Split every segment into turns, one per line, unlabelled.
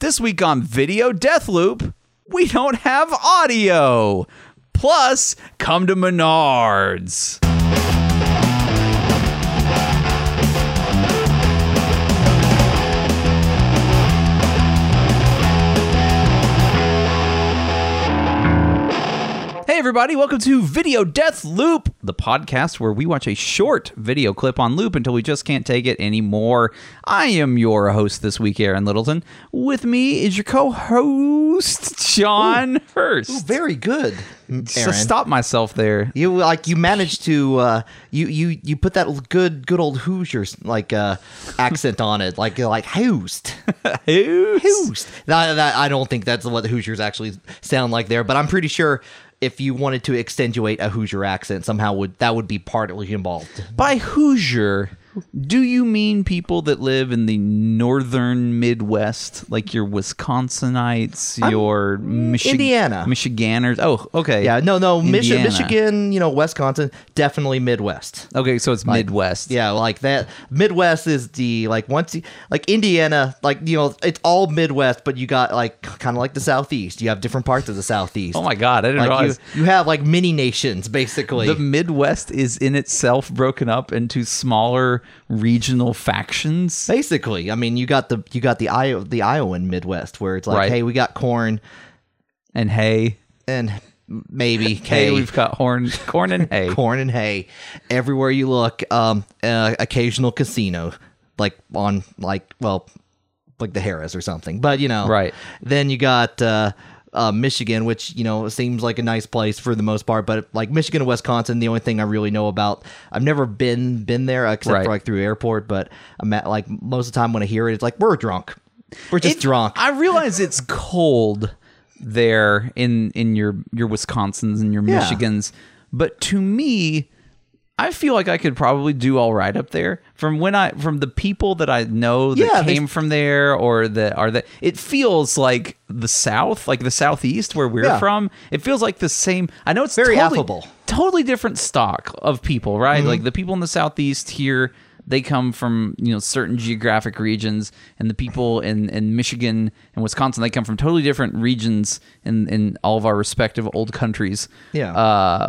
This week on Video Deathloop, we don't have audio. Plus, come to Menards. Hey, everybody, welcome to Video Death Loop, the podcast where we watch a short video clip on loop until we just can't take it anymore. I am your host this week, Aaron Littleton. With me is your co host, John Hurst.
Very good, Aaron.
So stop myself there.
You like you managed to uh, you you you put that l- good good old Hoosiers like uh, accent on it, like like Hoosed,
Who's?
Hoosed. That, that- I don't think that's what the Hoosiers actually sound like there, but I'm pretty sure if you wanted to extenuate a Hoosier accent somehow would that would be partly involved.
By Hoosier, do you mean people that live in the northern Midwest, like your Wisconsinites, your Michi-
Indiana.
Michiganders? Oh, okay.
Yeah, no, no, Michi-
Indiana.
Michigan, you know, Wisconsin, definitely Midwest.
Okay, so it's Midwest.
Yeah, like that. Midwest is the like once you, like Indiana, like you know, it's all Midwest, but you got like kind of like the Southeast. You have different parts of the Southeast.
Oh my God, I didn't
Like you,
realize.
you have like mini nations basically.
the Midwest is in itself broken up into smaller regional factions.
basically, I mean, you got the you got the Iowa the Iowan Midwest where it's like,
Right.
hey, we got corn
And hey,
and maybe
hey,
hay,
we've got horn, corn, and hay.
corn and hay everywhere you look. Um, uh, occasional casino, like on like well, like the Harris or something. But you know,
Right.
Then you got uh, uh, Michigan, which you know seems like a nice place for the most part. But like Michigan and Wisconsin, the only thing I really know about, I've never been been there except
Right.
for like through airport. But I'm at, like most of the time when I hear it, it's like we're drunk, we're just
It-
drunk.
I realize it's cold there in in your your Wisconsins and your
Yeah.
Michigans, but to me, I feel like I could probably do all right up there. From when I from the people that I know that
Yeah, they-
came from there or that are that it feels like the South, like the Southeast where we're
Yeah.
from. It feels like the same. I know it's
Very
totally,
affable.
totally different stock of people, right? Like the people in the southeast here, they come from you know certain geographic regions, and the people in in Michigan and Wisconsin, they come from totally different regions in in all of our respective old countries.
Yeah.
Uh,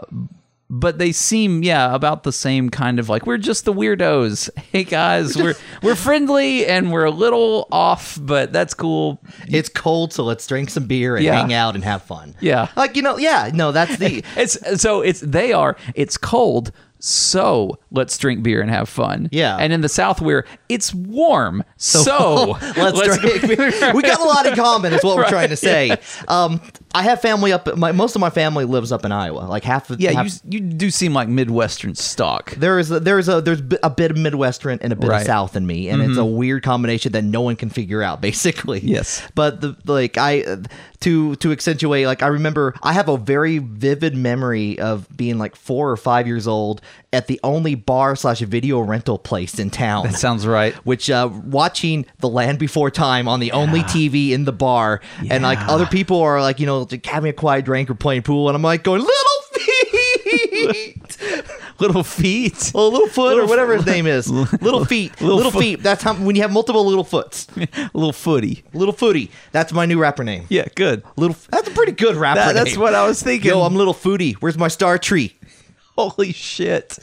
but they seem yeah about the same kind of like we're just the weirdos. Hey guys, we're we're friendly and we're a little off, but that's cool.
it's cold, so let's drink some beer and
Yeah.
hang out and have fun.
Yeah.
like you know, yeah, no, that's the
It's so it's they are it's cold, so let's drink beer and have fun.
Yeah.
And in the South we're it's warm, so,
let's, drink. beer. we got a lot in common, is what we're trying to say. Um, I have family up. My most of my family lives up in Iowa. Like half of
Yeah,
half-
you you do seem like Midwestern stock.
there is a, there is a there's a bit of Midwestern and a bit
Right. Mm-hmm.
of South in me, and it's a weird combination that no one can figure out, basically.
Yes.
But the like I uh, to to accentuate like I remember I have a very vivid memory of being like four or five years old at the only bar slash video rental place in town.
That sounds right.
which uh, watching The Land Before Time on the only TV in the bar, and like other people are like you know like, having a quiet drink or playing pool, and I'm like going little feet,
Little feet.
well, little foot
Little
or whatever his name is, little feet, little,
Foot.
feet. That's how when you have multiple little foots,
little footy.
little footy. That's my new rapper name.
Yeah, good.
Little, that's a pretty good rapper.
That- that's
name.
what I was thinking.
Yo, I'm little footy. Where's my star tree?
Holy shit.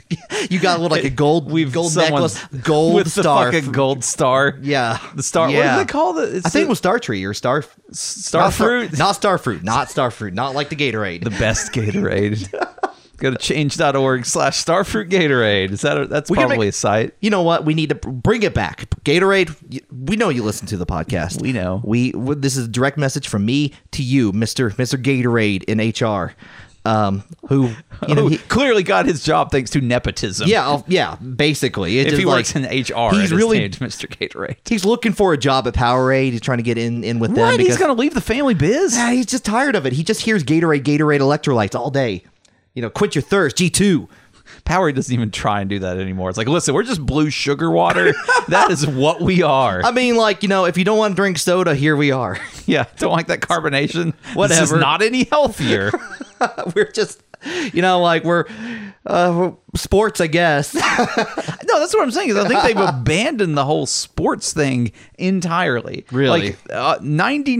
You got a little, like a gold, gold
someone's-
necklace, gold
with
star.
the fucking gold star.
yeah,
The star
Yeah.
what do they call it? It's
I think it
the
was Star Tree or Star
star fruit.
Not Star Fruit. Not Star Fruit. Not like the Gatorade.
the best Gatorade. Go to change.org slash starfruit Gatorade. Is that a, that's
can
probably
make-
a site.
you know what? We need to br- bring it back. Gatorade. y- We know you listen to the podcast.
We know.
We. w- This is a direct message from me to you, Mister Mister Gatorade in HR, um, who you know.
Who
he-
clearly got his job thanks to nepotism.
yeah, I'll- yeah. Basically, it
If
just
he
like-
works in HR,
he's really
Mr. Gatorade.
he's looking for a job at Powerade. He's trying to get in in with them.
Right, he's
because-
gonna leave the family biz.
Yeah, he's just tired of it. He just hears Gatorade, Gatorade electrolytes all day. You know, quit your thirst. G two.
Power doesn't even try and do that anymore. It's like, listen, we're just blue sugar water. that is what we are.
I mean, like you know, if you don't want to drink soda, here we are.
yeah, don't like that carbonation. This is
Whatever.
not any healthier.
we're just you know, like we're uh, we're- sports, I guess.
No, that's what I'm saying. Is I think they've abandoned the whole sports thing entirely.
Really?
like uh,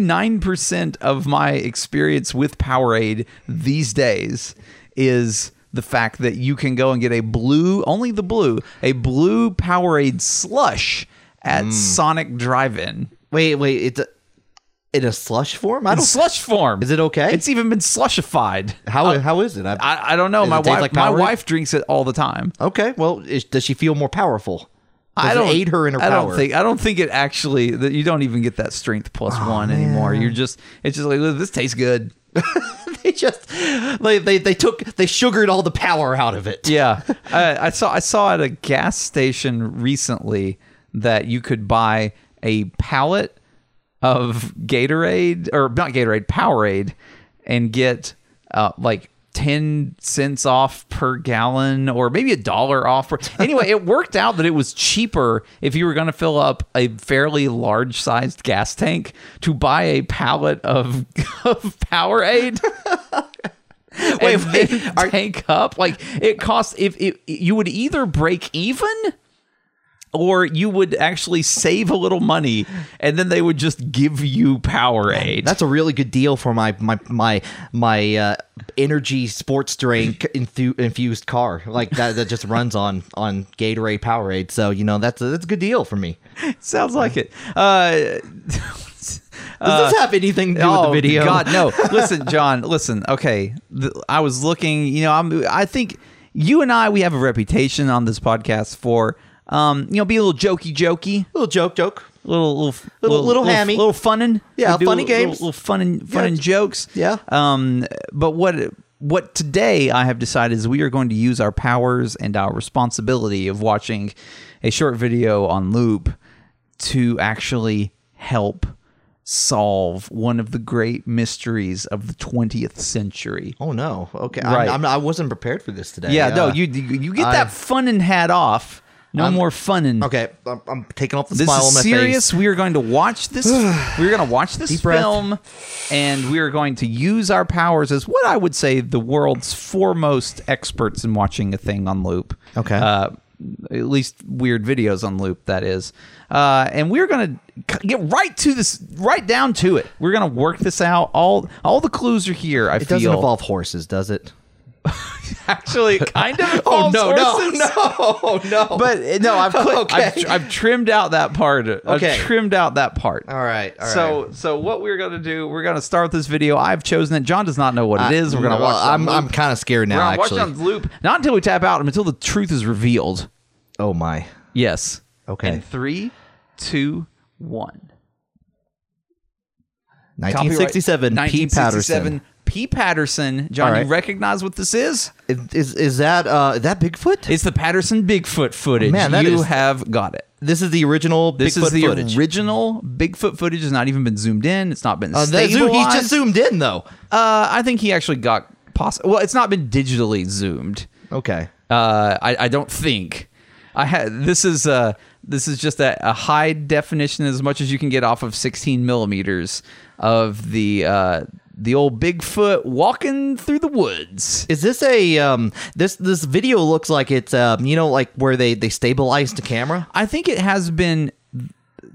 99% of my experience with Powerade these days is the fact that you can go and get a blue, only the blue, a blue Powerade slush at
Mm.
Sonic Drive-In.
wait, wait, it's a, in a slush form. I
In
don't.
slush form.
Oh. Is it okay?
It's even been slushified.
how how is it? I've,
I, I don't know.
Does it
my
taste
wife,
like
my
Powerade?
wife drinks it all the time.
okay, well, is, does she feel more powerful? Does
I don't
it aid her in her
I
power.
don't think. I don't think it actually. That you don't even get that strength plus one anymore. You're just. It's just like "Look, this tastes good.
they just like they they took they sugared all the power out of it.
Yeah, I, I saw. I saw at a gas station recently that you could buy a pallet of Gatorade or not Gatorade Powerade, and get uh, like. 10 cents off per gallon or maybe a dollar off per anyway it worked out that it was cheaper if you were going to fill up a fairly large sized gas tank to buy a pallet of, of powerade wait,
wait,
tank up. Like it costs if, if you would either break even or you would actually save a little money and then they would just give you Powerade.
That's a really good deal for my my my my uh, energy sports drink infu- infused car like that that just runs on on Gatorade Powerade. So you know that's a, that's a good deal for me.
Sounds like it. Uh
Does this have anything to do with the video?
Oh, God, no. listen, John, listen. Okay. Th- I was looking, you know, I'm, I think you and I, we have a reputation on this podcast for, um, you know, be a little jokey jokey.
little joke, joke.
little little
Little- little hammy.
little, funnin.
Yeah,
We do
funny
little-
games.
little, little funnin, funnin
Yeah.
jokes.
Yeah.
Um, but what what today I have decided is we are going to use our powers and our responsibility of watching a short video on loop to actually help solve one of the great mysteries of the 20th century.
Oh no. Okay.
Right.
I'm, I'm, I wasn't prepared for this today.
Yeah, no,
Uh,
you you get
I-
that funnin hat off. No more funnin.
Okay, I'm, I'm taking off the
This
smile on
is
my
serious.
face.
We are going to watch this. we are going to watch this
Deep breath.
film, and we are going to use our powers as what I would say the world's foremost experts in watching a thing on loop.
Okay.
Uh, at least weird videos on loop. That is, uh, and we're going to get right to this, right down to it. We're going to work this out. All all the clues are here. I
It
feel
doesn't involve horses, does it?
actually it kind of. involves horses.
Oh, no, no, no.
But uh, no, I've clicked, I've,
Okay.
tr- I've trimmed out that part.
Okay.
I've trimmed out that part.
All right, all
so so what we're gonna do? We're gonna start this video. I've chosen it. John does not know what it is. We're gonna
Uh, Well,
watch. it on
I'm
loop.
I'm kind of scared
We're
now.
gonna watch it
Actually.
on loop. Not until we tap out. Until the truth is revealed.
oh my.
Yes.
Okay.
In three, two, one.
1967. P. Patterson.
P. Patterson. John,
All right.
you recognize what this is?
Is is, is that uh that Bigfoot?
It's the Patterson Bigfoot footage.
Man, that
you
is-
have got it.
this is the original
This
Bigfoot
is the
footage.
original Bigfoot footage. Has not even been zoomed in. It's not been
Uh, that zoom,
stabilized.
he's just zoomed in though.
Uh, I think he actually got poss. Well, it's not been digitally zoomed.
Okay.
Uh, I I don't think. I had this is uh this is just a, a high definition as much as you can get off of 16 millimeters of the uh the old Bigfoot walking through the woods.
Is this a um this this video looks like it's um you know like where they they stabilized the camera?
I think it has been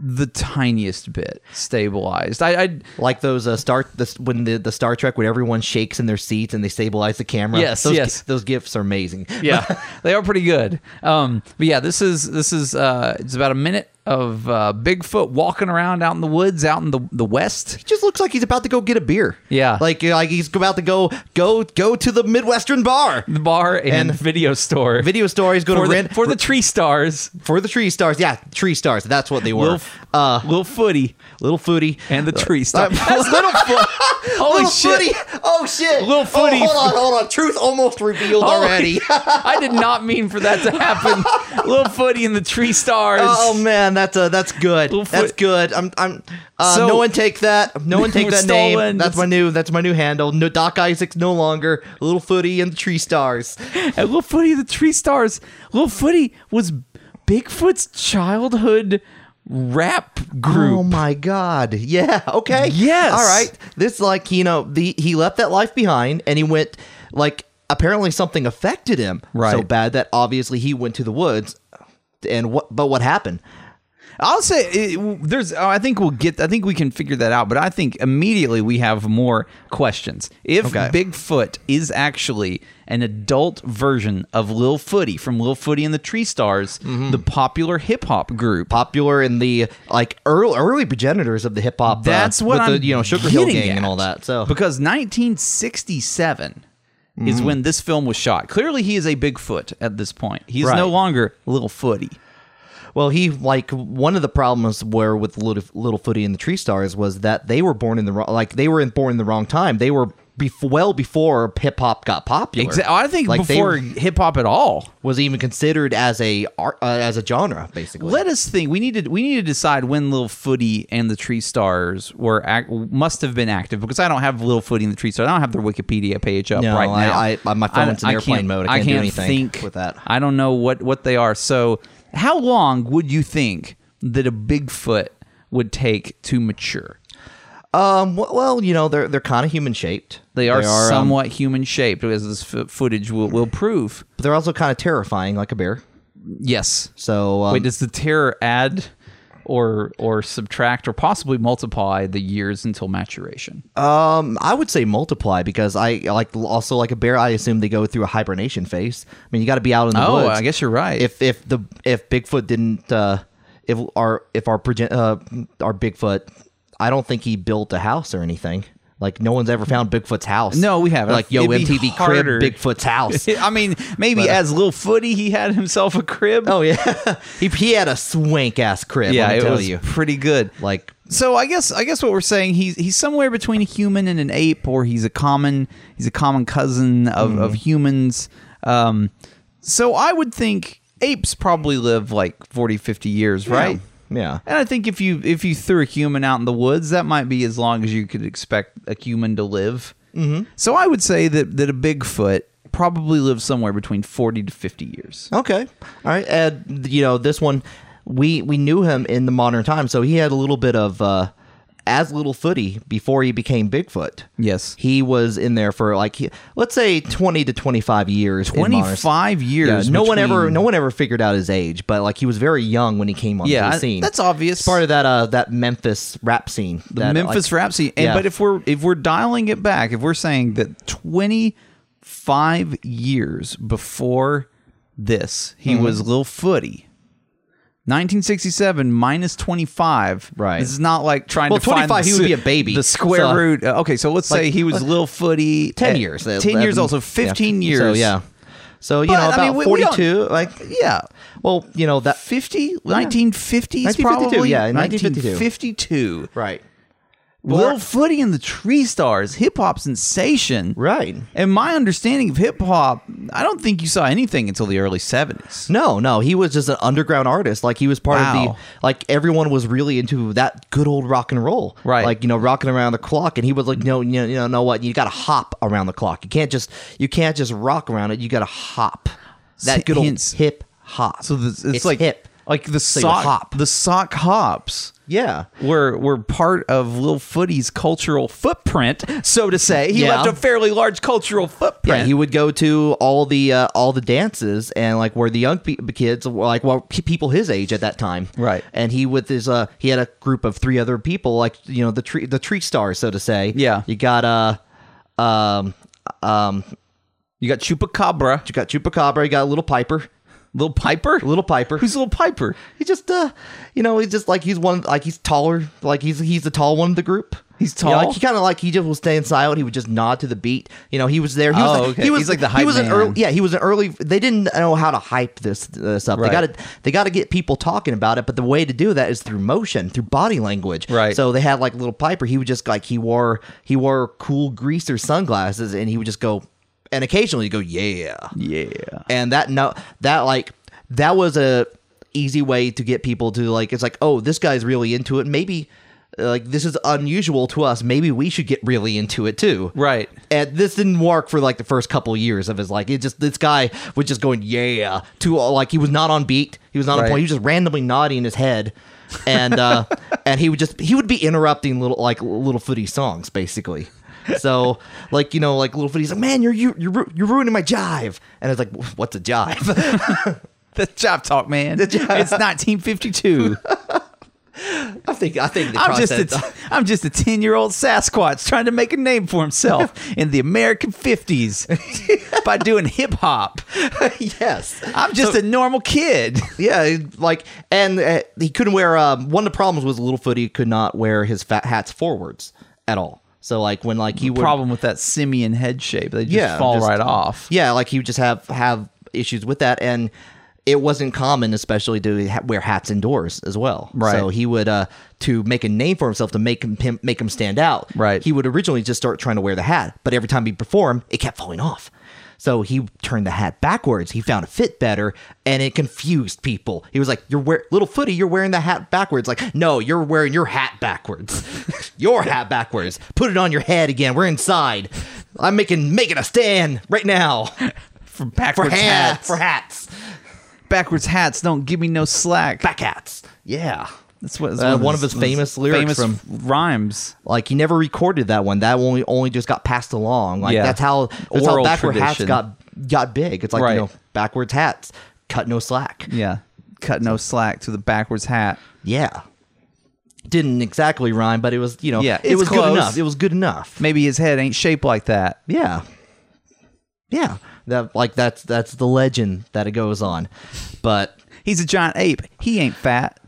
the tiniest bit stabilized. I, I
Like those uh, Star this when the, the Star Trek when everyone shakes in their seats and they stabilize the camera.
Yes,
those,
yes.
Those gifts are amazing.
yeah they are pretty good um but yeah this is this is uh it's about a minute of uh bigfoot walking around out in the woods out in the the west
He just looks like he's about to go get a beer.
Yeah.
Like uh, like he's about to go go go to the Midwestern bar.
the bar and,
And
video store
Video store he's going
for
to
the,
rent
for the tree stars
for the tree stars. Yeah, tree stars. That's what they were.
little,
uh,
little footy
little footy
and the tree
Uh,
star That's little foot holy
little
shit
footy. Oh shit.
Little footy.
Oh, hold on, hold on. Truth almost revealed
Holy-
already.
I did not mean for that to happen. Little Footy and the Tree Stars.
oh man, that's uh, that's good.
Little
That's
foot-
good. I'm I'm. Uh,
So-
no one take that. No one take
We're
that
stolen.
name. That's my new. That's my new handle. No Doc Isaacs no longer. Little footy and the tree stars.
And Little Footy, the Tree Stars. Little Footy was Bigfoot's childhood rap group.
Oh my god. Yeah. Okay.
Yes.
All right. This like you know the he left that life behind and he went like apparently something affected him so
Right.
bad that obviously he went to the woods. And what? But what happened?
I'll say it, there's. I think we'll get. I think we can figure that out. But I think immediately we have more questions. If
Okay.
Bigfoot is actually an adult version of Lil Footy from Lil Footy and the Tree Stars,
Mm-hmm.
the popular hip hop group.
Popular in the like early, early progenitors of the hip hop.
That's
uh,
what
with
I'm
the, you know Sugar Hill
getting
Gang and
at.
all that. So Mm.
because 1967 is when this film was shot. Clearly, he is a Bigfoot at this point. He's
Right.
no longer Lil Footy.
Well, he like one of the problems were with Little, Little Footy and the Tree Stars was that they were born in the wrong, like they were in, born in the wrong time. They were bef- well before hip hop got popular.
Exa- I think
Like, they
before hip hop at all.
was even considered as a art, uh, as a genre basically.
Let us think. We need to we need to decide when Lil Footy and the Tree Stars were act, must have been active because I don't have Lil Footy and the Tree Stars. I don't have their Wikipedia page up
No,
right
I-
now.
I- I- my phone's in airplane mode. I can't do anything
think
with that.
I don't know what what they are. So, how long would you think that a Bigfoot would take to mature?
Um, w- well, you know they're they're kind of human shaped.
They are,
um,
somewhat human shaped, as this f- footage will, will prove.
but they're also kind of terrifying, like a bear.
Yes.
So um,
Wait, does the terror add? Or, or subtract or possibly multiply the years until maturation.
Um, I would say multiply because I like also like a bear. I assume they go through a hibernation phase. I mean, you got to be out in the
Oh,
woods.
I guess you're right.
If if the if Bigfoot didn't uh, if our if our progen- uh, our Bigfoot, I don't think he built a house or anything. Like no one's ever found Bigfoot's house.
No, we haven't.
Like yo,
It'd be
MTV
harder.
crib Bigfoot's house.
I mean, maybe as Lil Footy, he had himself a crib.
oh yeah, he, he had a swank ass crib.
yeah,
let me
it
tell
was
you.
pretty good.
Like
So I guess I guess what we're saying he's he's somewhere between a human and an ape, or he's a common he's a common cousin of, of humans. Um, so I would think apes probably live like 40, 50 years, right?
yeah.
And I think if you if you threw a human out in the woods, that might be as long as you could expect a human to live. Mm-hmm. So I would say that that a Bigfoot probably lives somewhere between forty to fifty years.
Okay. All right. And you know, this one we we knew him in the modern time, so he had a little bit of uh as little footy before he became Bigfoot.
Yes.
He was in there for like he- let's say 20 to 25 years. in modern-
Twenty five
Yeah,
years.
no one
between-
ever no one ever figured out his age, but like he was very young when he came on
Yeah,
the
I-
scene.
that's obvious.
It's part of that uh that Memphis rap scene.
the Memphis Rhapsody. And
yeah.
but if we're if we're dialing it back, if we're saying that twenty five years before this, he
Mm-hmm.
was Lil Footy. 1967 minus 25.
Right.
This is not like trying
Well,
to find
25,
the
he would
s-
be a baby.
The square
So-
root. uh, Okay, so let's say he was Lil Footy.
10
at-
years. at-
10
at
years
the-
also.
yeah.
15 years.
So yeah. So you
But,
know
I
about
mean, we- we don't-
42 like
Yeah.
well, you know that
50? 1950s
1952,
probably?
yeah, in 1952.
1952.
right.
Lil Footy and the Tree Stars, hip hop sensation.
Right.
And my understanding of hip hop, I don't think you saw anything until the early 70s.
No, no, he was just an underground artist. Like he was part of
Wow.
the like everyone was really into that good old rock and roll,
Right.
Like you know, rocking around the clock, and he was like, no, you know, you know, know what? You got to hop around the clock. You can't just you can't just rock around it. You got to hop. That good old
Hence-
hip hop.
So this, it's, like
hip,
like the
you
sock
hop.
the sock hops
yeah.
were were part of Lil Footy's cultural footprint, so to say. He
Yeah.
left a fairly large cultural footprint.
Yeah, he would go to all the uh, all the dances and like where the young pe- kids, were, like well, pe- people his age at that time,
Right.
And he with his uh, he had a group of three other people, like you know the tree the tree stars, so to say.
Yeah.
you got uh, um, um,
you got Chupacabra,
you got Chupacabra, you got Little Piper,
Lil Piper,
Little Piper.
who's Lil Piper?
he just uh, you know, he's just like he's one like he's taller, like he's he's the tall one of the group.
He's
You know,
tall?
like he kind of like he just was staying silent. He would just nod to the beat. You know, he was there. He was
Oh,
like,
okay.
he was
He's like the
he
hype
was an
man.
early yeah he was an early. They didn't know how to hype this this up.
Right.
They got to they got to get people talking about it. But the way to do that is through motion, through body language.
Right.
So they had like little Piper. He would just like he wore he wore cool greaser sunglasses, and he would just go and occasionally go yeah
Yeah.
and that no that like that was a easy way to get people to like it's like oh this guy's really into it maybe uh, like this is unusual to us maybe we should get really into it too
Right.
and this didn't work for like the first couple years of his like it just this guy was just going yeah to all like he was not on beat he was not on
Right.
point he was just randomly nodding his head and uh and he would just he would be interrupting little like little footy songs basically So, like you know, like little Footy's like, man, you're you you're ru- you're ruining my jive, and it's like, what's a jive?
The job talk, man. It's not Team 52.
I think I think the
I'm just a
process-
t- I'm just a 10 year old Sasquatch trying to make a name for himself in the American 50s by doing hip hop.
yes.
I'm just a normal kid.
Yeah, it- like, and uh, he couldn't wear. Um, one of the problems was Little Footy could not wear his fat hats forwards at all. So like when like he would
Problem with that simian head shape. They just
Yeah,
fall
just-
right off.
yeah like he would just have have issues with that and it wasn't common especially to ha- wear hats indoors as well
Right.
so he would uh to make a name for himself to make him, him make him stand out
Right.
he would originally just start trying to wear the hat but every time he performed it kept falling off so he turned the hat backwards. He found it fit better, and it confused people. He was like, "You're wear- little footy. You're wearing the hat backwards." Like, no, you're wearing your hat backwards. your hat backwards. Put it on your head again. We're inside. I'm making making a stand right now
For
for
backwards
hats.
hats.
For hats.
backwards hats don't give me no slack.
Back hats. Yeah.
That's what
Uh, one of his famous lyrics
famous
from-
rhymes.
Like he never recorded that one. That only only just got passed along. Like
Yeah.
that's how that's
Oral
how backward hats
tradition.
got got big. It's like
Right.
you know backwards hats cut no slack.
Yeah. Cut no slack to the backwards hat.
Yeah. Didn't exactly rhyme, but it was you know
Yeah,
it
it's
was
close.
good enough. It was good enough.
Maybe his head ain't shaped like that.
Yeah. Yeah. That like that's that's the legend that it goes on. But
He's a giant ape. He ain't fat.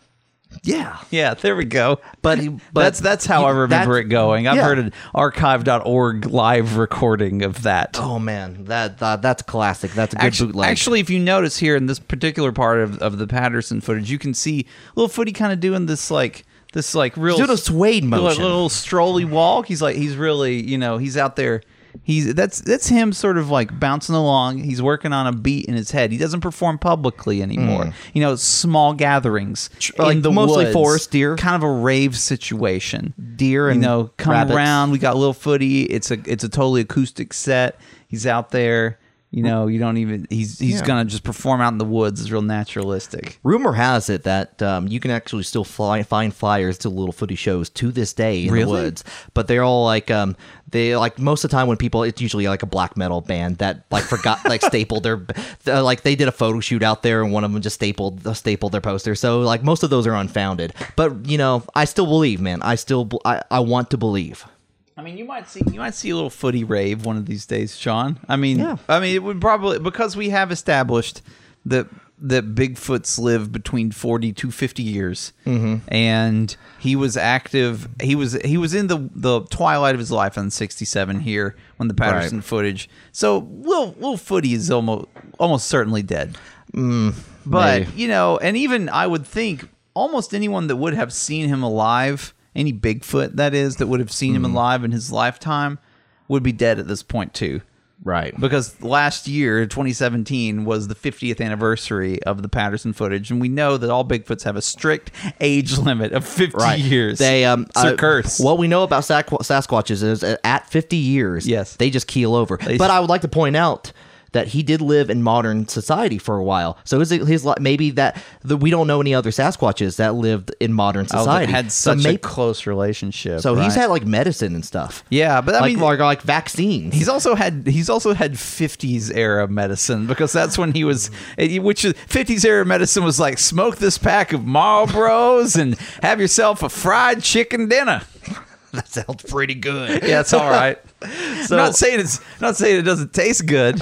yeah.
Yeah, there we go.
But but
that's that's how I
you-
remember
that's-
it going. I've
yeah.
heard an archive.org live recording of that.
Oh man, that, that that's classic. That's a good
Actu-
bootleg.
Actually, if you notice here in this particular part of, of the Patterson footage, you can see little Footy kind of doing this like this like real
He's doing a suede
little-
motion.
little strolly walk. He's like he's really you know he's out there. He's that's that's him sort of like bouncing along. He's working on a beat in his head. He doesn't perform publicly anymore. You know, small gatherings,
like
in the
mostly
woods,
forest deer.
kind of a rave situation.
Deer and
you know come
rabbits.
around. We got Lil Footy. It's a it's a totally acoustic set. He's out there. You know, you don't even. He's he's
Yeah.
gonna just perform out in the woods. It's real naturalistic.
Rumor has it that um, you can actually still fly, find flyers to Little Footy shows to this day in
Really?
the woods, but they're all like um, they like most of the time when people it's usually like a black metal band that like forgot like stapled their uh, like they did a photo shoot out there and one of them just stapled uh, stapled their poster. So like most of those are unfounded, but you know I still believe, man. I still b- I, I want to believe.
I mean, you might see you might see a little footy rave one of these days, Sean. I mean,
Yeah.
I mean, it would probably because we have established that that Bigfoots live between forty to fifty years, and he was active. He was he was in the the twilight of his life in sixty seven here when the Patterson footage. So Lil Lil Footy is almost almost certainly dead. But
Maybe.
you know, and even I would think almost anyone that would have seen him alive, any Bigfoot that is, that would have seen
Mm-hmm.
him alive in his lifetime, would be dead at this point too.
Right.
Because last year, 2017, was the 50th anniversary of the Patterson footage, and we know that all Bigfoots have a strict age limit of 50 years.
They um
it's a
uh,
curse.
What we know about Sasqu- Sasquatches is uh, at 50 years,
Yes.
they just keel over. but I would like to point out that he did live in modern society for a while. So is it his li- maybe that the, we don't know any other Sasquatches that lived in modern
Oh, that
society.
had such
so
a
may-
close relationship.
so he's
right?
had like medicine and stuff.
yeah, but I
like,
mean,
like like vaccines.
He's also had he's also had 50s era medicine because that's when he was eh, which is 50s era medicine was like smoke this pack of Marlboros and have yourself a fried chicken dinner.
that sounds pretty good.
Yeah, it's all right.
So-
I'm not saying it's I'm not saying it doesn't taste good.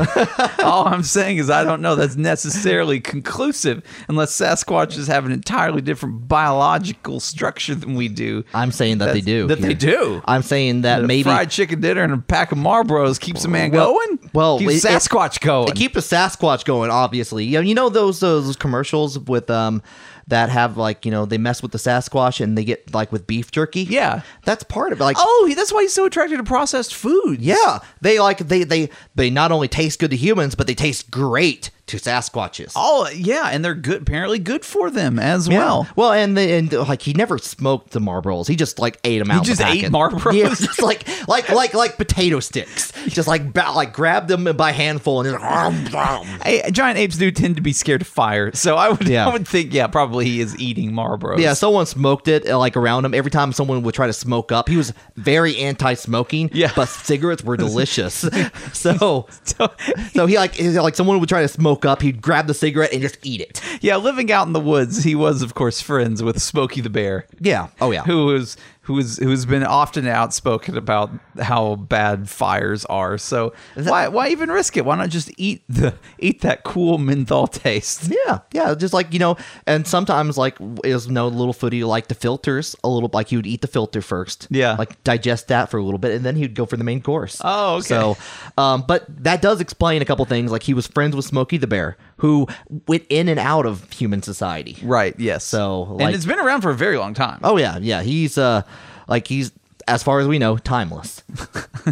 all I'm saying is I don't know that's necessarily conclusive unless Sasquatches have an entirely different biological structure than we do.
I'm saying that they
That's-
do.
that they do.
I'm saying that
A
maybe
fried chicken dinner and a pack of Marlboros keeps a man
Well-
going.
well,
keeps
it- it-
Sasquatch going.
They keep the Sasquatch going, obviously. You know, you know those those commercials with um that have like you know they mess with the Sasquatch and they get like with beef jerky.
Yeah.
that's part of it. Like
Oh, he- that's why he's so attracted to processed food.
yeah, they like they they they not only taste good to humans, but they taste great to Sasquatches.
Oh yeah, and they're good. Apparently, good for them as
Yeah.
well.
well, and the, and like he never smoked the Marlboros. He just like ate them out.
just
the
ate
packet.
Marlboros?
Yeah, just like like like like potato sticks. Just like ba- like grabbed them by handful and just
Hey, giant apes do tend to be scared of fire, so I would
Yeah.
I would think yeah, probably he is eating Marlboros.
yeah. Someone smoked it uh, like around him. Every time someone would try to smoke up, he was very anti-smoking.
Yeah.
but cigarettes were delicious. so
So-
so he like he, like someone would try to smoke up. He'd grab the cigarette and just eat it.
yeah, living out in the woods, he was of course friends with Smokey the Bear.
Yeah. Oh yeah.
who is who is who's been often outspoken about how bad fires are. So why why even risk it? Why not just eat the eat that cool menthol taste?
Yeah, yeah, just like you know, and sometimes like is no little footy like the filters a little like he would eat the filter first,
Yeah.
like digest that for a little bit, and then he would go for the main course.
Oh, okay.
So, um, but that does explain a couple things. Like he was friends with Smokey the Bear, who went in and out of human society.
Right. Yes.
So,
and
like-
it's been around for a very long time.
Oh yeah, yeah, he's uh, like he's as far as we know, timeless.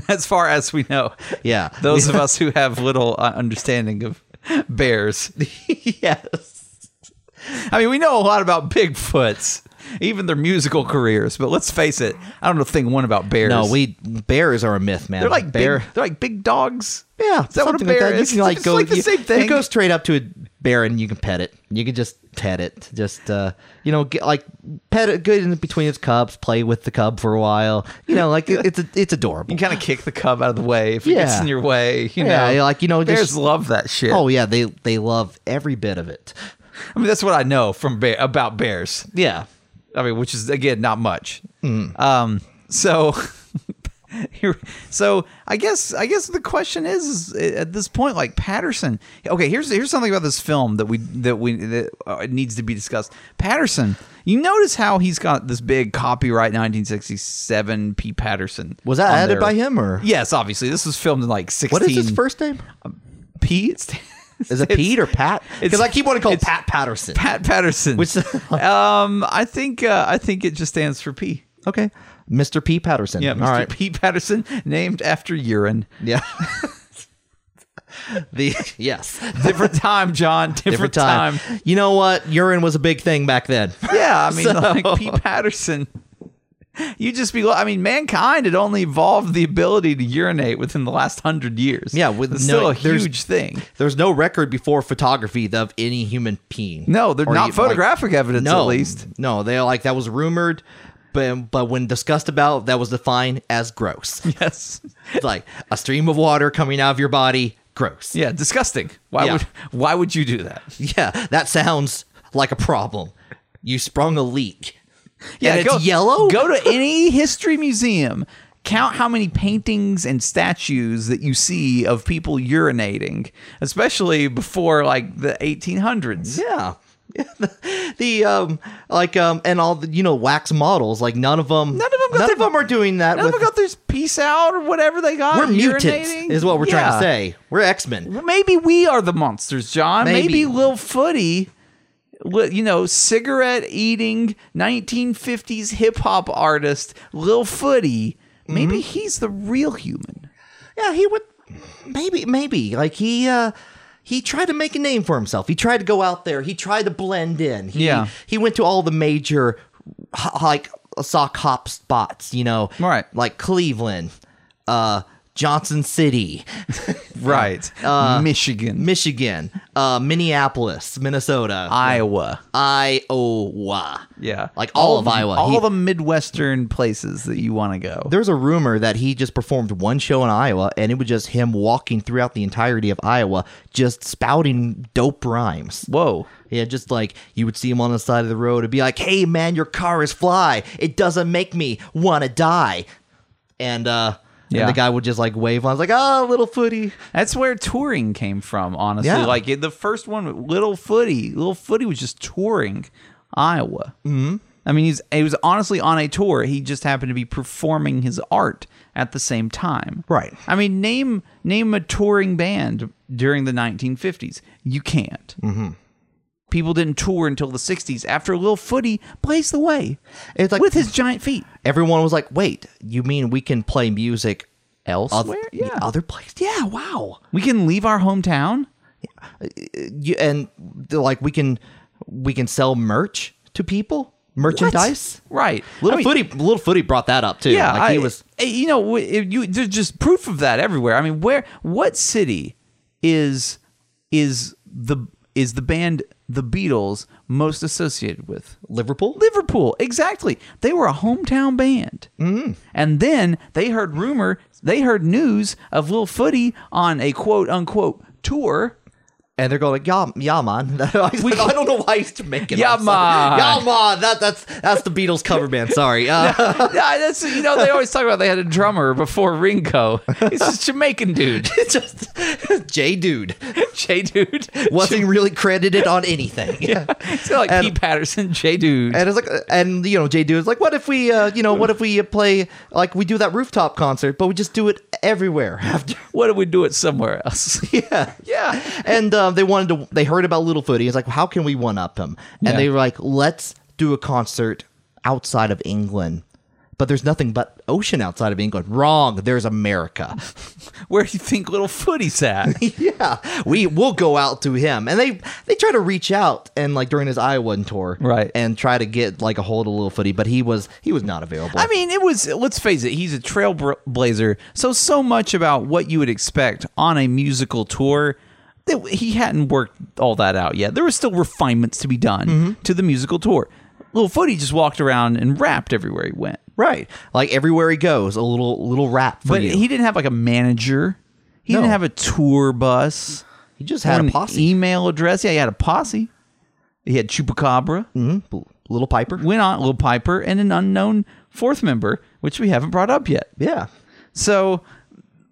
as far as we know.
Yeah.
Those of us who have little uh, understanding of bears.
yes.
I mean, we know a lot about Bigfoots, even their musical careers. But let's face it, I don't know a thing one about bears.
No, we bears are a myth, man.
they're like
bear.
Big, they're like big dogs.
Yeah,
Is that what a
something
bear
like that.
is?
You can like
It's
go.
like the
you,
same thing.
You go straight up to a bear and you can pet it. You can just pet it. Just uh, you know, get, like pet it good in between its cubs. Play with the cub for a while. You know, like it, it's it's adorable.
You kind of kick the cub out of the way if it
Yeah.
gets in your way. You
Yeah,
know,
yeah, like, you know,
bears
just-
love that shit.
Oh yeah, they they love every bit of it.
I mean, that's what I know from bear, about bears.
Yeah,
I mean, which is again not much.
Mm.
Um, so, here, so I guess I guess the question is, is uh, at this point, like Patterson. Okay, here's here's something about this film that we that we that uh, needs to be discussed. Patterson, you notice how he's got this big copyright 1967 P. Patterson.
was that
on
added
there.
by him or
Yes, obviously. This was filmed in like 16.
what is his first name?
P? It's-
Is it
it's
Pete or Pat?
it's-
Because I keep wanting to call him
it's-
Pat Patterson.
Pat Patterson.
Which-
um, I think uh, I think it just stands for P.
okay, Mr. P Patterson.
Yeah,
All
Mr.
right.
P. Patterson, named after urine.
Yeah. the yes.
Different time, John. Different,
different
time.
time. You know what? Urine was a big thing back then.
Yeah, I mean, like P. Patterson. You just be. I mean, mankind had only evolved the ability to urinate within the last hundred years.
Yeah, with
That's
no-
still a
there's-
huge thing.
There's no record before photography of any human peeing.
No, they're
Or
not
even,
photographic evidence,
no,
at least.
No, they're like that was rumored, but but when discussed about, that was defined as gross.
Yes.
it's like a stream of water coming out of your body, gross.
Yeah, disgusting. Why
Yeah.
would why would you do that?
Yeah, that sounds like a problem. You sprung a leak.
Yeah,
and it's
go,
yellow.
Go to any history museum. Count how many paintings and statues that you see of people urinating, especially before like the 1800s.
Yeah. the, um like um and all the you know wax models like none of them none
of 'em got
none
their-
of them are doing that
None
with,
of them got their peace out or whatever they got.
we're mutants
urinating.
is what we're trying
Yeah.
to say we're x-men
Maybe we are the monsters, John. Maybe,
Maybe.
Lil Footy, li- you know, cigarette eating 1950s hip hop artist Lil Footy, maybe
Mm-hmm.
he's the real human.
yeah he would maybe maybe like he uh he tried to make a name for himself he tried to go out there he tried to blend in he,
Yeah.
he went to all the major h- like sock hop spots you know
Right.
like cleveland uh johnson city
Right.
Uh,
Michigan.
michigan uh minneapolis minnesota
Iowa.
Iowa.
Yeah.
Like all, of
the-
Iowa.
All
He-
the Midwestern places that you want to go.
there's a rumor that he just performed one show in Iowa and it was just him walking throughout the entirety of Iowa just spouting dope rhymes.
Whoa.
Yeah, just like you would see him on the side of the road and be like, "Hey man, your car is fly. It doesn't make me want to die." And uh
Yeah.
and the guy would just like wave on. It's like, "Oh, little footy."
That's where touring came from, honestly.
Yeah.
Like it- the first one, Little Footy. Little Footy was just touring Iowa. Mm-hmm. I mean, he's, he was honestly on a tour. He just happened to be performing his art at the same time.
Right.
I mean, name name a touring band during the 1950s. You can't. Mm-hmm. People didn't tour until the 60s after Lil Footy plays the way
It's like
with his giant feet.
everyone was like, "Wait, you mean we can play music
elsewhere.
other, other place?" Yeah, wow.
we can leave our hometown.
you, and they're like we can we can sell merch to people, merchandise.
Right.
Little
I mean,
Footy, Little Footy brought that up too.
Yeah,
like he
I-
was.
eh, You know, w- if you there's just proof of that everywhere. I mean, where what city is is the is the band the Beatles most associated with?
Liverpool?
Liverpool, exactly. They were a hometown band,
Mm-hmm.
mm. and then they heard rumor, they heard news of Lil Footy on a quote unquote tour.
And they're going like, yeah, yeah, man. we, I don't know why he's making
Yeah,
up something.
man.
Yeah, man. That, that's, that's the Beatles cover band. Sorry. Uh,
yeah, that's you know they always talk about they had a drummer before Ringo. It's this Jamaican dude,
it's just J Dude
J dude.
wasn't really credited on anything.
It's like P. Patterson, J dude.
And it's like, uh, and you know, J Dude is like, what if we, uh, you know, what if we uh, play like we do that rooftop concert, but we just do it everywhere after.
what do we do it somewhere else?
Yeah.
yeah.
and uh, they wanted to they heard about little footy it's like how can we one up him and
Yeah.
they were like let's do a concert outside of england but there's nothing but ocean outside of england wrong there's america
Where do you think little footy's at?
yeah we will go out to him and they they try to reach out and like during his iowa tour
Right.
and try to get like a hold of little footy but he was he was not available
I mean, it was, let's face it, he's a trailblazer. So, so much about what you would expect on a musical tour. that He hadn't worked all that out yet. There were still refinements to be done to the musical tour. Little Footy just walked around and rapped everywhere he went.
right like everywhere he goes a little little rap for
But
you
he didn't have like a manager. He
No.
didn't have a tour bus.
he just had
or
a
an
posse
email address. Yeah, he had a posse. He had Chupacabra.
little piper
went on Lil Piper and an unknown fourth member, which we haven't brought up yet.
yeah
So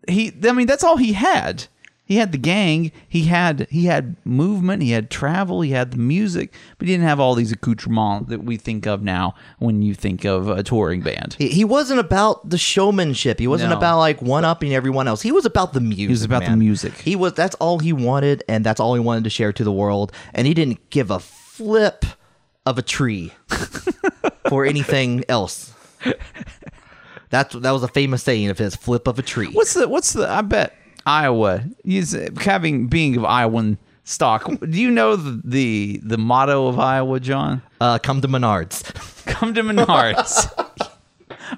he, I mean, that's all he had. He had the gang. He had he had movement. He had travel. He had the music, but he didn't have all these accoutrements that we think of now when you think of a touring band. He
He, he wasn't about the showmanship. He wasn't
No.
about like one upping everyone else. He was about the music. He
was about the music.
He was that's all he wanted and that's all he wanted to share to the world. And he didn't give a flip of a tree for anything else. That's that was a famous saying of his flip of a tree.
What's the what's the? I bet Iowa. He's having being of Iowan stock. Do you know the the, the motto of Iowa, John?
Uh, come to Menards.
Come to Menards.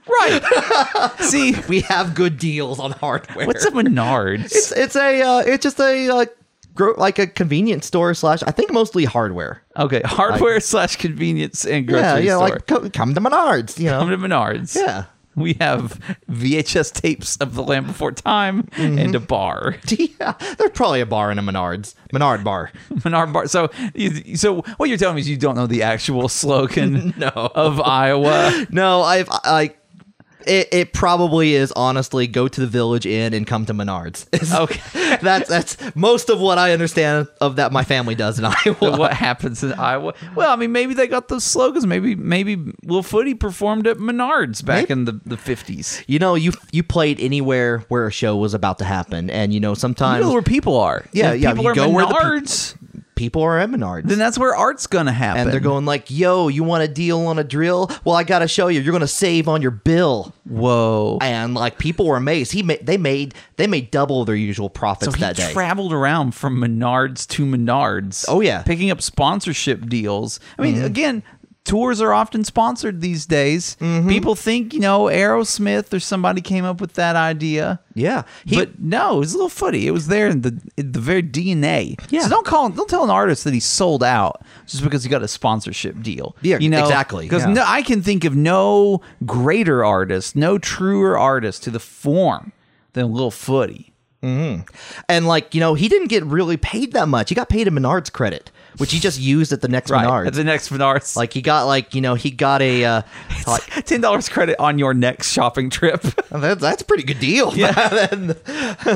right. See,
We have good deals on hardware.
What's a Menards?
It's, it's a uh, it's just a uh, gro- like a convenience store slash I think mostly hardware.
okay, hardware slash convenience and
Yeah,
grocery
yeah,
store.
like come, come to Menards, you know.
Come to Menards.
Yeah.
We have VHS tapes of The Land Before Time
Mm-hmm.
and a bar.
Yeah, there's probably a bar in a Menards, Menard bar.
Menard bar. So, you- so what you're telling me is you don't know the actual slogan of Iowa.
No, I've I, it, it probably is honestly go to the Village Inn and come to Menards.
Okay.
that's that's most of what I understand of that my family does in Iowa.
what happens in Iowa? Well, I mean, maybe they got those slogans. Maybe, maybe Will Footy performed at Menards back
Maybe.
in the, the 50s.
You know, you you played anywhere where a show was about to happen, and you know
You
sometimes
know where people are.
Yeah,
If
yeah,
People
you
are
go
Menards.
where the pe- people are at Menards.
then that's where art's gonna happen.
and they're going like, "Yo, you want a deal on a drill? Well, I gotta show you. You're gonna save on your bill."
whoa.
And like, people were amazed. He made they made they made double their usual profits
So he
that day.
traveled around from Menards to Menards.
Oh, yeah. Mm-hmm.
picking up sponsorship deals. I mean, again, tours are often sponsored these days.
Mm-hmm.
People think you know Aerosmith or somebody came up with that idea.
Yeah, he,
but no, it was a little footy. It was there in the in the very DNA.
Yeah.
So don't call don't tell an artist that he's sold out just because he got a sponsorship deal.
Yeah, exactly,
Because
yeah.
no, I can think of no greater artist, no truer artist to the form than Lil Footy.
and like you know, he didn't get really paid that much. He got paid a Menards credit, which he just used at the next Menards.
At the next Menards.
like he got like you know he got a uh, like, "Oh,
ten dollars credit on your next shopping trip.
that, that's a pretty good deal. Yeah,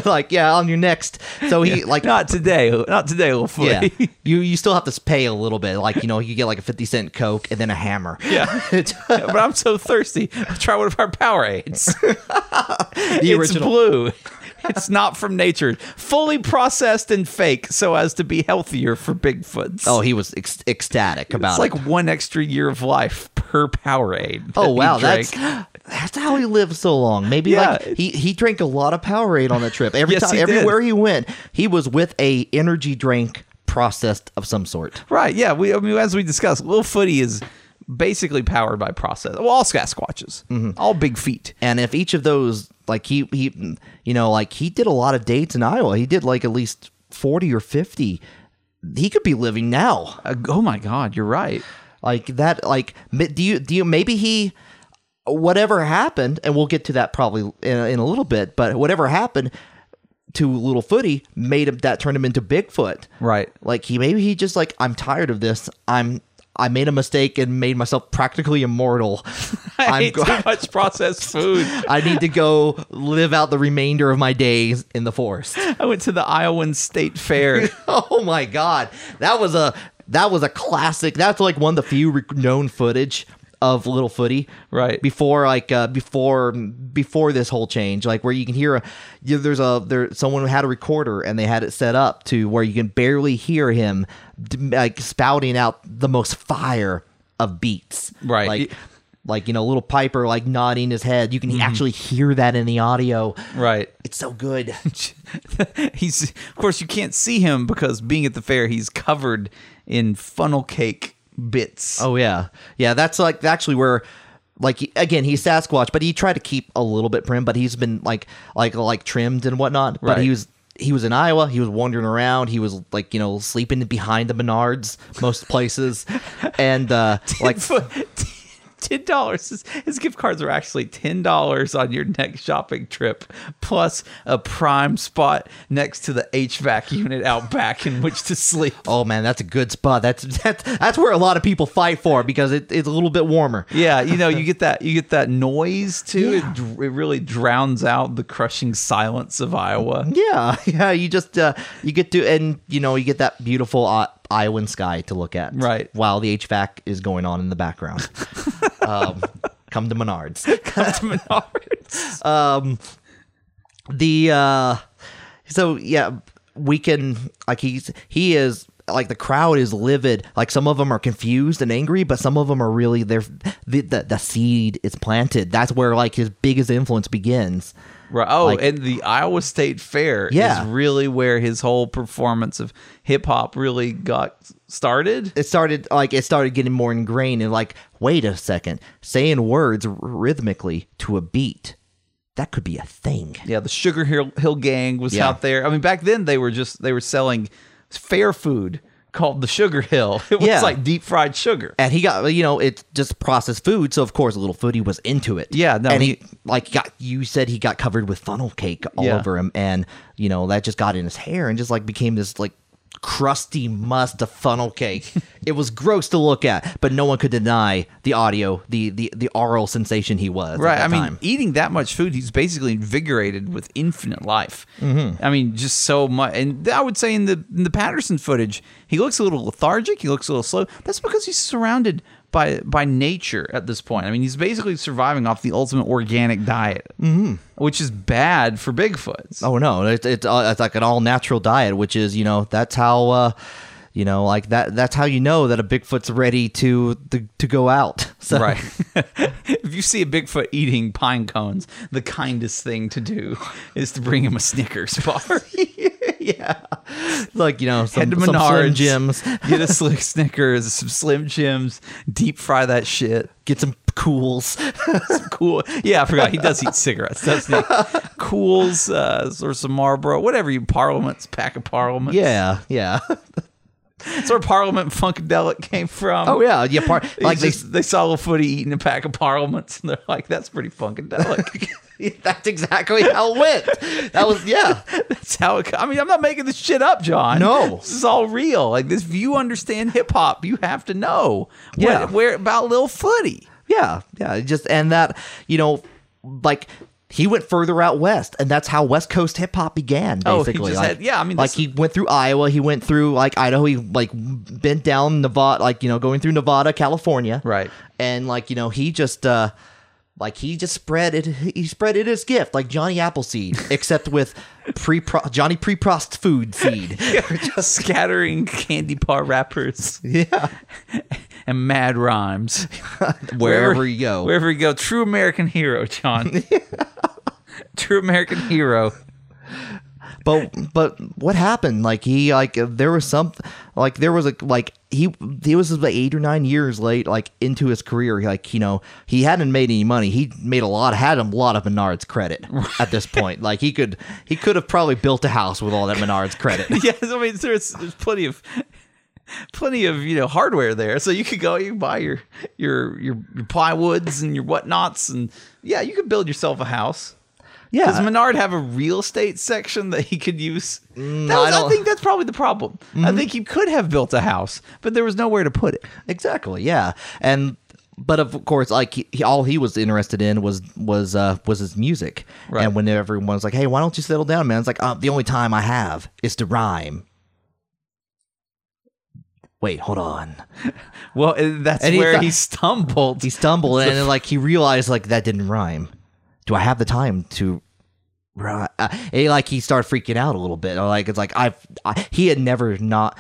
like yeah, on your next. So he like
not today, not today, Lil
yeah,
Footy.
you you still have to pay a little bit. Like you know you get like a fifty cent Coke and then a hammer.
Yeah.
It's-
but I'm so thirsty. I'll try one of our Powerades.
the
it's
original.
blue. It's not from nature. Fully processed and fake so as to be healthier for Bigfoots.
Oh, he was ec- ecstatic about
it's
it.
like one extra year of life per per Powerade. that
Oh
he
wow,
drank.
that's that's how he lived so long. Maybe
Yeah.
like he he drank a lot of Powerade on that trip. Every
Yes,
time,
he did.
everywhere he went, he was with a energy drink processed of some sort.
right. Yeah, we I mean, as we discussed, Lil Footy is basically powered by process. Well, all Sasquatches,
Mm-hmm.
all big feet.
And if each of those, like he he, you know, like he did a lot of dates in Iowa. He did like at least forty or fifty. He could be living now.
Uh, oh my God, you're right.
like that like mi- do you do you maybe he whatever happened and we'll get to that probably in, in a little bit but whatever happened to little footy made him that turned him into bigfoot
Right.
like he maybe he just like i'm tired of this i'm i made a mistake and made myself practically immortal
I
i'm
ate
go-
too much processed food.
i need to go live out the remainder of my days in the forest
I went to the Iowan State Fair.
oh my god that was a that was a classic that's like one of the few rec- known footage of little footy
Right.
before like uh before before this whole change like where you can hear a you, there's a there someone had a recorder and they had it set up to where you can barely hear him d- like spouting out the most fire of beats
Right.
like like you know little piper like nodding his head you can actually hear that in the audio
Mm-hmm. right.
it's so good
he's of course you can't see him because being at the fair he's covered in funnel cake bits
Oh yeah, yeah. That's like actually where, like he- again, he's Sasquatch, but he tried to keep a little bit prim, but he's been like like like trimmed and whatnot. But
Right.
he was he was in Iowa. He was wandering around. He was like you know sleeping behind the Menards most places, and uh like
For- Ten dollars. His, his gift cards are actually ten dollars on your next shopping trip, plus a prime spot next to the HVAC unit out back in which to sleep.
oh man, that's a good spot. That's that's that's where a lot of people fight for because it, it's a little bit warmer.
Yeah, you know, you get that you get that noise too.
Yeah.
It, dr- it really drowns out the crushing silence of Iowa.
Yeah, yeah. You just uh, you get to and you know you get that beautiful uh, Iowan sky to look at,
Right.
While the HVAC is going on in the background. um, come to Menards.
Come to Menards.
The uh, so yeah, we can like he's he is like the crowd is livid. Like some of them are confused and angry, but some of them are really they're the the, the seed is planted. That's where like his biggest influence begins.
Right. Oh,
Like-
and the Iowa State Fair
Yeah.
is really where his whole performance of hip hop really got started.
it started like it started getting more ingrained and like wait a second saying words r- rhythmically to a beat that could be a thing
Yeah, the Sugar Hill, Hill Gang was
Yeah.
out there. I mean, back then they were just they were selling fair food called the Sugar Hill. It was
Yeah.
like deep fried sugar.
and he got you know it's just processed food so of course little footy was into it
Yeah, no,
and he,
he-
like got you said he got covered with funnel cake all
Yeah.
over him and you know that just got in his hair and just like became this like crusty must of funnel cake it was gross to look at but no one could deny the audio the the, the oral sensation he was at
Right.
that
I mean,
time.
eating that much food, he's basically invigorated with infinite life.
Mm-hmm.
I mean, just so much. And I would say in the in the Patterson footage, he looks a little lethargic. He looks a little slow. That's because he's surrounded by by nature at this point. I mean, he's basically surviving off the ultimate organic diet, mm-hmm. which is bad for Bigfoots.
Oh no, it's it's, uh, it's like an all natural diet, which is you know that's how uh, you know like that that's how you know that a Bigfoot's ready to to, to go out. So,
Right. if you see a Bigfoot eating pine cones, the kindest thing to do is to bring him a Snickers bar.
yeah, like you know some,
Head to
some Slim
Menards,
Jims,
get a slick Snickers, some Slim Jims, deep fry that shit.
get some cools.
Some cool. Yeah, I forgot he does eat cigarettes, doesn't he? Cools uh, or some Marlboro, whatever you Parliaments, pack of Parliaments.
yeah, yeah.
that's where Parliament Funkadelic came from.
Oh yeah, yeah. Part,
Like
like
they,
they.
they saw Lil Footy eating a pack of Parliaments, and they're like, "That's pretty funkadelic."
That's exactly how it went. That was yeah.
That's how it. co- I mean, I'm not making this shit up, John.
No.
this is all real. Like this, if you understand hip hop, you have to know. what-
Yeah.
where about Lil Footy?
Yeah, yeah. it Just and that you know, like he went further out west, and that's how West Coast hip hop began.
Oh, he
Basically,
just
like,
had- yeah, I mean,
like
this-
he went through Iowa, he went through like Idaho, he like bent down Nevada, like you know, going through Nevada, California,
Right.
and like you know, he just. uh like he just spread it, he spread it as gift, like Johnny Appleseed, except with pre Johnny pre prost food seed.
just scattering candy bar wrappers
yeah,
and Mad Rhymes.
Wherever you go.
Wherever you go. True American hero, John. True American hero.
but but what happened? Like he like uh, there was some like there was a like he he was like eight or nine years late like into his career. He, Like you know he hadn't made any money. He made a lot had a lot of Menards credit at this point. like he could he could have probably built a house with all that Menards credit.
Yeah, I mean, there's, there's plenty of plenty of you know hardware there, so you could go you can buy your your your, your plywoods and your whatnots, and yeah, you could build yourself a house.
Yeah.
Does Menard have a real estate section that he could use? that was,
I
I,
don't-
think that's probably the problem. I think he could have built a house, but there was nowhere to put it.
Exactly. Yeah. And but of course, like he, he- all he was interested in was was uh was his music.
Right.
And when everyone was like, "Hey, why don't you settle down, man?" It's like, uh, the only time I have is to rhyme." Wait, hold on.
Well, and that's
And he
where
thought-
he stumbled.
He stumbled and then, like he realized like that didn't rhyme. Do I have the time to rhyme? Uh, and, like he started freaking out a little bit. Like it's like I've I, he had never not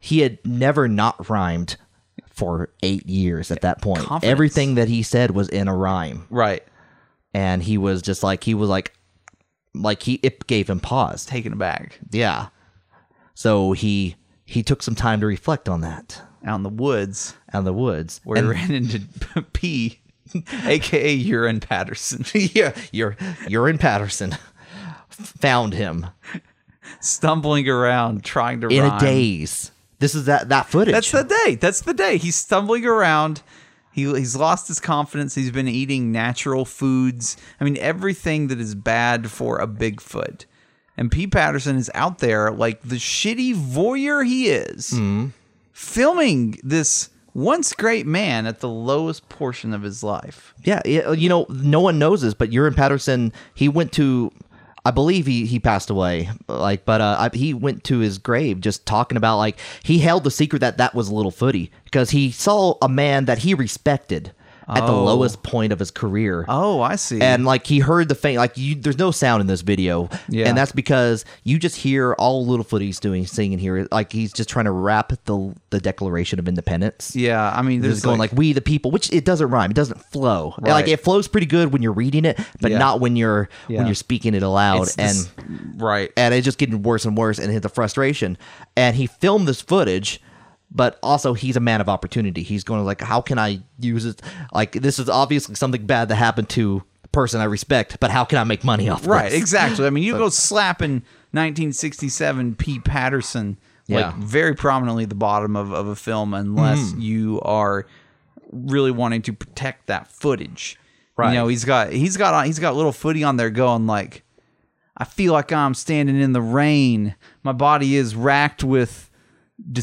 he had never not rhymed for eight years at that point.
Confidence.
Everything that he said was in a rhyme,
right,
and he was just like he was like like he it gave him pause.
taken aback
Yeah, so he he took some time to reflect on that
out in the woods
out in the woods.
where he ran into P, aka Urine Patterson.
yeah, you're you're in Patterson. Found him
stumbling around trying to
in
rhyme.
a daze. This is that that footage.
That's the day. That's the day. He's stumbling around. He, he's lost his confidence. He's been eating natural foods. I mean, everything that is bad for a Bigfoot. And P. Patterson is out there like the shitty voyeur he is,
Mm-hmm.
filming this once great man at the lowest portion of his life.
yeah, yeah, you know, no one knows this, but Urine Patterson, he went to, I believe he he passed away, like, but uh, I, he went to his grave just talking about like he held the secret that that was Little Footy because he saw a man that he respected at the
Oh.
lowest point of his career.
Oh, I see.
and like he heard the faint like you there's no sound in this video
Yeah.
and that's because you just hear all little he's doing singing here like he's just trying to rap the the declaration of independence
yeah, I mean,
This
there's
is going like, we the people, which it doesn't rhyme, it doesn't flow. And, Like
Right.
it flows pretty good when you're reading it, but
Yeah.
not when you're
Yeah.
when you're speaking it aloud.
it's
and
this- right.
and it's just getting worse and worse and hit the frustration and he filmed this footage but also he's a man of opportunity he's going like how can i use it like this is obviously something bad that happened to the person i respect but how can i make money off
Right,
this?
exactly. I mean, you go slapping 1967 P. Patterson
Yeah.
like very prominently at the bottom of, of a film unless you are really wanting to protect that footage.
Right.
You know, he's got he's got he's got little footy on there going like I feel like I'm standing in the rain. My body is racked with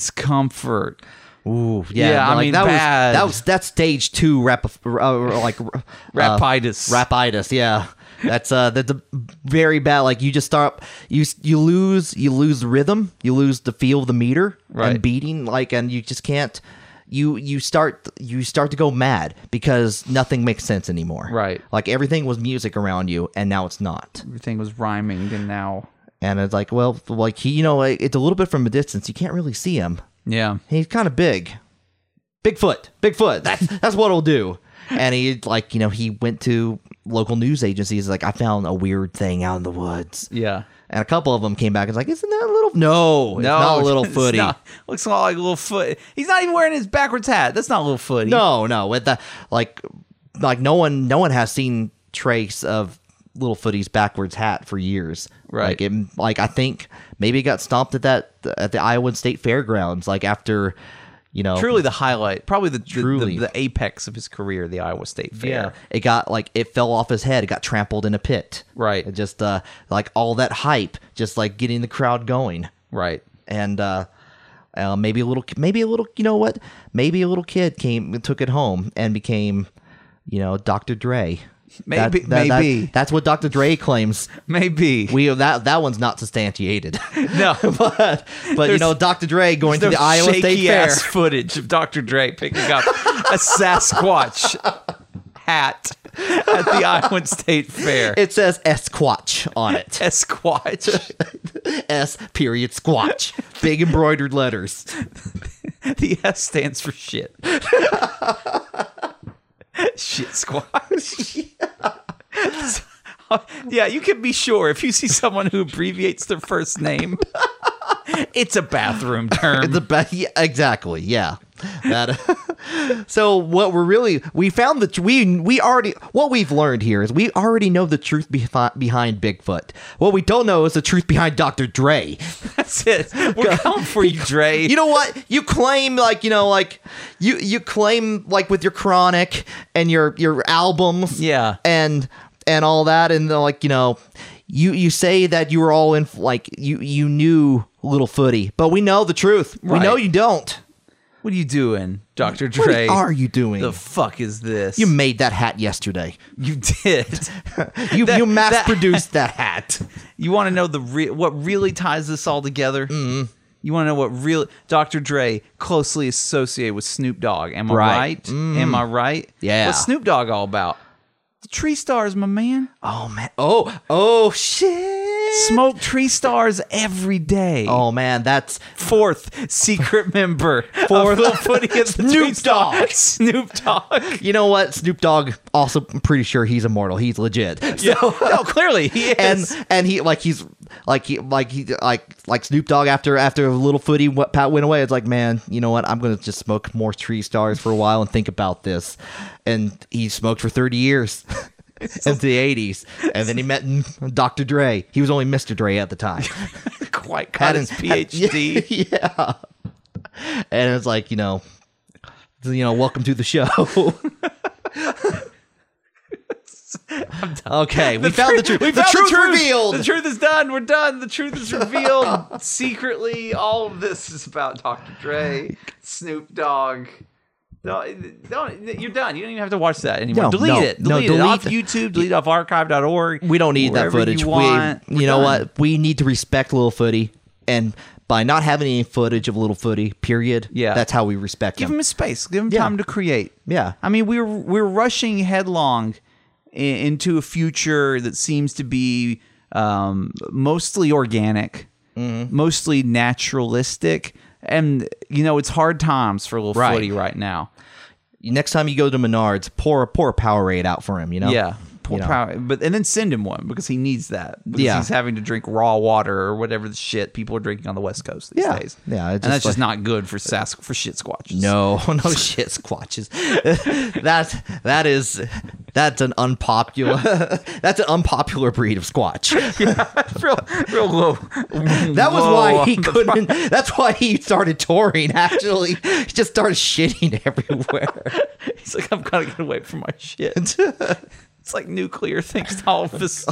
discomfort.
Ooh, yeah,
Yeah, I
like,
mean,
that
bad.
was that was that's stage two rap uh, like uh,
Rapitis.
rapitis yeah that's uh that's a very bad like you just start you you lose you lose rhythm you lose the feel of the meter
Right.
and beating like and you just can't you you start you start to go mad because nothing makes sense anymore
Right.
like everything was music around you and now it's not
Everything was rhyming and now
and it's like well like he you know like, it's a little bit from a distance you can't really see him
yeah.
he's kind of big. Bigfoot, Bigfoot. That's that's what it'll do. And he like you know he went to local news agencies like I found a weird thing out in the woods.
Yeah.
And a couple of them came back and was like, isn't that a little? No, it's not a little
it's
footy.
not. looks a lot like a little foot. He's not even wearing his backwards hat. That's not a little footy.
No, no. With the like, like no one, no one has seen trace of little footy's backwards hat for years.
Right.
Like it, like I think maybe it got stomped at that at the Iowa State Fairgrounds. Like after, you know,
truly the highlight, probably the, the- the-
Truly.
the apex of his career, the Iowa State Fair.
It got like it fell off his head. It got trampled in a pit.
Right.
It just uh like all that hype, just like getting the crowd going,
right.
and uh, uh maybe a little, maybe a little, you know what? Maybe a little kid came, took it home, and became, you know, Dr. Dre.
Maybe- maybe.
that's what Dr. Dre claims.
Maybe
We that that one's not substantiated,
no.
but but you
There's-
know, Dr. Dre going to
There's
the Iowa State
shaky
Fair.
ass footage of Dr. Dre picking up a Sasquatch hat at the Iowa State Fair.
It says Esquatch on it.
a squatch.
S period squatch. Big embroidered letters.
the S stands for shit. shit squash. yeah, you can be sure if you see someone who abbreviates their first name, it's a bathroom term.
the best yeah, exactly yeah that so what we're really we found that we we already what we've learned here is we already know the truth behi- behind bigfoot what we don't know is the truth behind dr dre
That's it. We're coming for you, Dre.
you know what you claim like you know like you you claim like with your chronic and your your albums
Yeah.
and and all that and the, like you know you you say that you were all in like you you knew little footy but we know the truth we
Right.
know you don't
What are you doing, Dr.
what
Dre?
are you doing
the fuck is this?
you made that hat yesterday
you did.
you
That- that-
you mass produced that hat
You want to know the re- what really ties this all together? Mm.
Mm-hmm.
You want to know what really Dr. Dre closely associated with Snoop Dogg? Am I
Right. Mm.
right? Am I right?
Yeah.
What's Snoop Dogg all about? The tree stars, my man.
oh man oh oh shit
Smoke tree stars every day.
oh man that's
Fourth secret member.
Fourth.
Fourth little footy of the
Snoop
Tree Star-
Dogg.
Snoop Dogg.
you know what snoop dogg also i'm pretty sure he's immortal he's legit
Yeah. no, clearly he
and
is.
and he like he's like he like he like like Snoop Dogg after after Little Footy what Pat went away. It's like man, you know what? I'm gonna just smoke more tree stars for a while and think about this. And he smoked for 30 years. Into the 80s, and then he met mm, Dr. Dre. He was only Mr. Dre at the time.
quite got his
an- had-
PhD.
yeah, and it's like you know, you know, welcome to the show. okay, we found the truth.
We
the
found
truth revealed.
The truth is done. We're done. The truth is revealed. Secretly, all of this is about Dr. Dre, Snoop Dogg. No, no, you're done. You don't even have to watch that anymore.
No,
delete
no,
it.
no,
Delete it off
delete-
YouTube. Delete it off archive.org.
We don't need that
wherever
footage.
You, want.
we,
We're
you know
done.
what? We need to respect Little Footy, and by not having any footage of Little Footy, period.
Yeah.
that's how we respect
Give
him.
him his space. Give him
Yeah.
time to create.
Yeah.
I mean, we're we're rushing headlong i- into a future that seems to be um, mostly organic,
Mm-hmm.
mostly naturalistic, and you know it's hard times for little
Right.
footy right now.
Next time you go to Menards, pour a pour a Powerade out for him. You know.
Yeah. Poor
You know.
power, but and then send him one because he needs that. Because
Yeah.
he's having to drink raw water or whatever the shit people are drinking on the West Coast these
Yeah.
days.
Yeah, it
and
just
that's just
like-
not good for sask for shit squatches.
No, no shit squatches. that that is that's an unpopular that's an unpopular breed of squatch.
real, real low.
That was
Whoa,
why he
on the
couldn't. That's why he started touring. Actually, he just started shitting everywhere.
He's like, I've got to get away from my shit. it's like nuclear thanks to all of this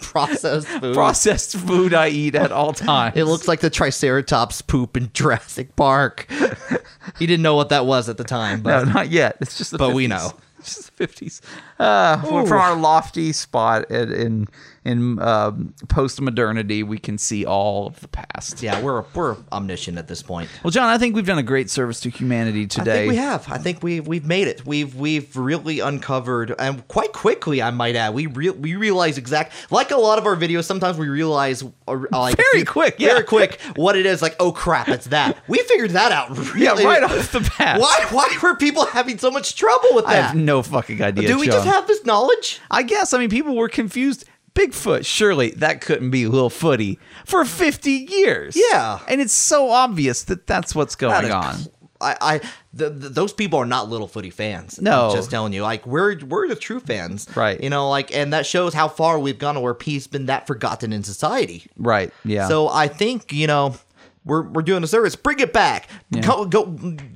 Processed food.
processed food I eat at all times.
It looks like the Triceratops poop in Jurassic Park. he didn't know what that was at the time,
no,
but
not yet. It's just the
But we
50s.
know.
It's just the fifties. Uh, we're from our lofty spot in in, in um, post modernity, we can see all of the past.
yeah, we're we're omniscient at this point.
Well, John, I think we've done a great service to humanity today.
I think we have. I think we've we've made it. We've we've really uncovered, and quite quickly, I might add. We re- we realize exact like a lot of our videos. Sometimes we realize uh, like
Very quick, yeah.
very quick, what it is. Like, oh crap, it's that. We figured that out.
Yeah,
Really.
right off the bat.
Why why were people having so much trouble with
I
that?
have no fucking idea.
Do we
John.
just have this knowledge?
I guess. I mean, people were confused. Bigfoot, surely that couldn't be Lil Footy for 50 years.
Yeah.
And it's so obvious that that's what's
That
going
is
on.
cl- I, I th- th- those people are not little footy fans.
No.
I'm just telling you, like we're we're the true fans,
Right.
You know, like, and that shows how far we've gone, where P's been that forgotten in society.
Right. Yeah.
So I think you know we're we're doing a service. Bring it back.
Yeah.
Go, go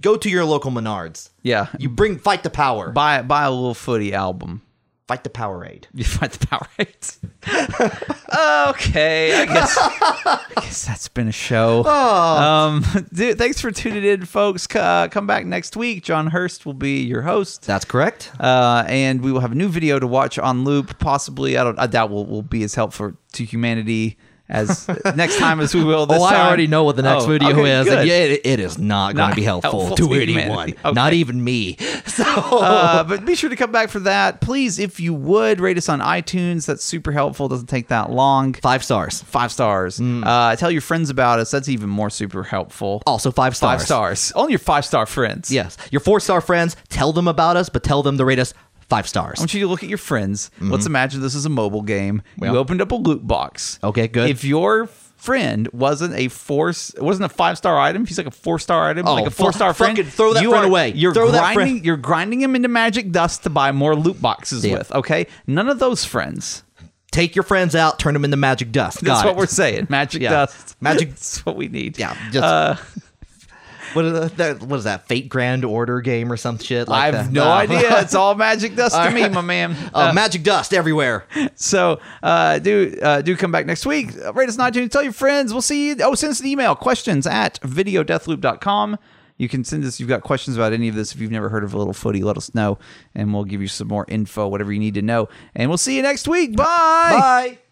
go to your local Menards.
yeah.
You bring fight the power.
buy, buy a Lil Footy album.
fight the Powerade.
You find the power rates. okay, I guess, I guess that's been a show.
Oh.
Um, dude, thanks for tuning in, folks. C- uh, come back next week. John Hurst will be your host.
That's correct.
uh, and we will have a new video to watch on loop. Possibly, I don't, I doubt will will be as helpful to humanity As next time as we will. This
oh, I
time-
already know what the next
Oh,
video
okay,
is.
good.
And yeah, it, it is not, going
Not
to be helpful,
helpful
to,
to
anyone,
humanity. Okay.
not even me. So
Uh, but be sure to come back for that. Please, if you would, rate us on iTunes. That's super helpful. Doesn't take that long.
five stars.
Five stars.
Hmm.
Uh, tell your friends about us. That's even more super helpful.
Also five stars.
Five stars. Only your five star friends.
Yes, your four star friends. Tell them about us, but tell them to rate us five stars.
I want you to look at your friends.
Mm-hmm.
Let's imagine this is a mobile game.
Yeah.
You opened up a loot box.
Okay, good.
If your friend wasn't a four, wasn't a five star item, if he's like a four star item,
Oh,
like a
fu-
four star friend.
fucking throw that
you
friend
are-
away.
You're
Throw that
grinding,
friend-
You're grinding him into magic dust to buy more loot boxes
Yeah.
with. Okay, none of those friends.
Take your friends out, turn them into magic dust.
That's
Got
what
it.
we're saying. Magic
Yeah.
dust.
Magic-
That's what we need. Uh,
Yeah, just what, is that, what is that? Fate Grand Order game or some shit? Like
I have
that?
no idea. It's all magic dust to me, my man.
Uh, magic dust everywhere.
So uh, do uh, do come back next week. Uh, Rate us on iTunes. Tell your friends. We'll see you. Oh, send us an email. Questions at videodeathloop.com. You can send us if you've got questions about any of this. If you've never heard of a little footy, let us know, and we'll give you some more info, whatever you need to know. And we'll see you next week. Bye.
Bye.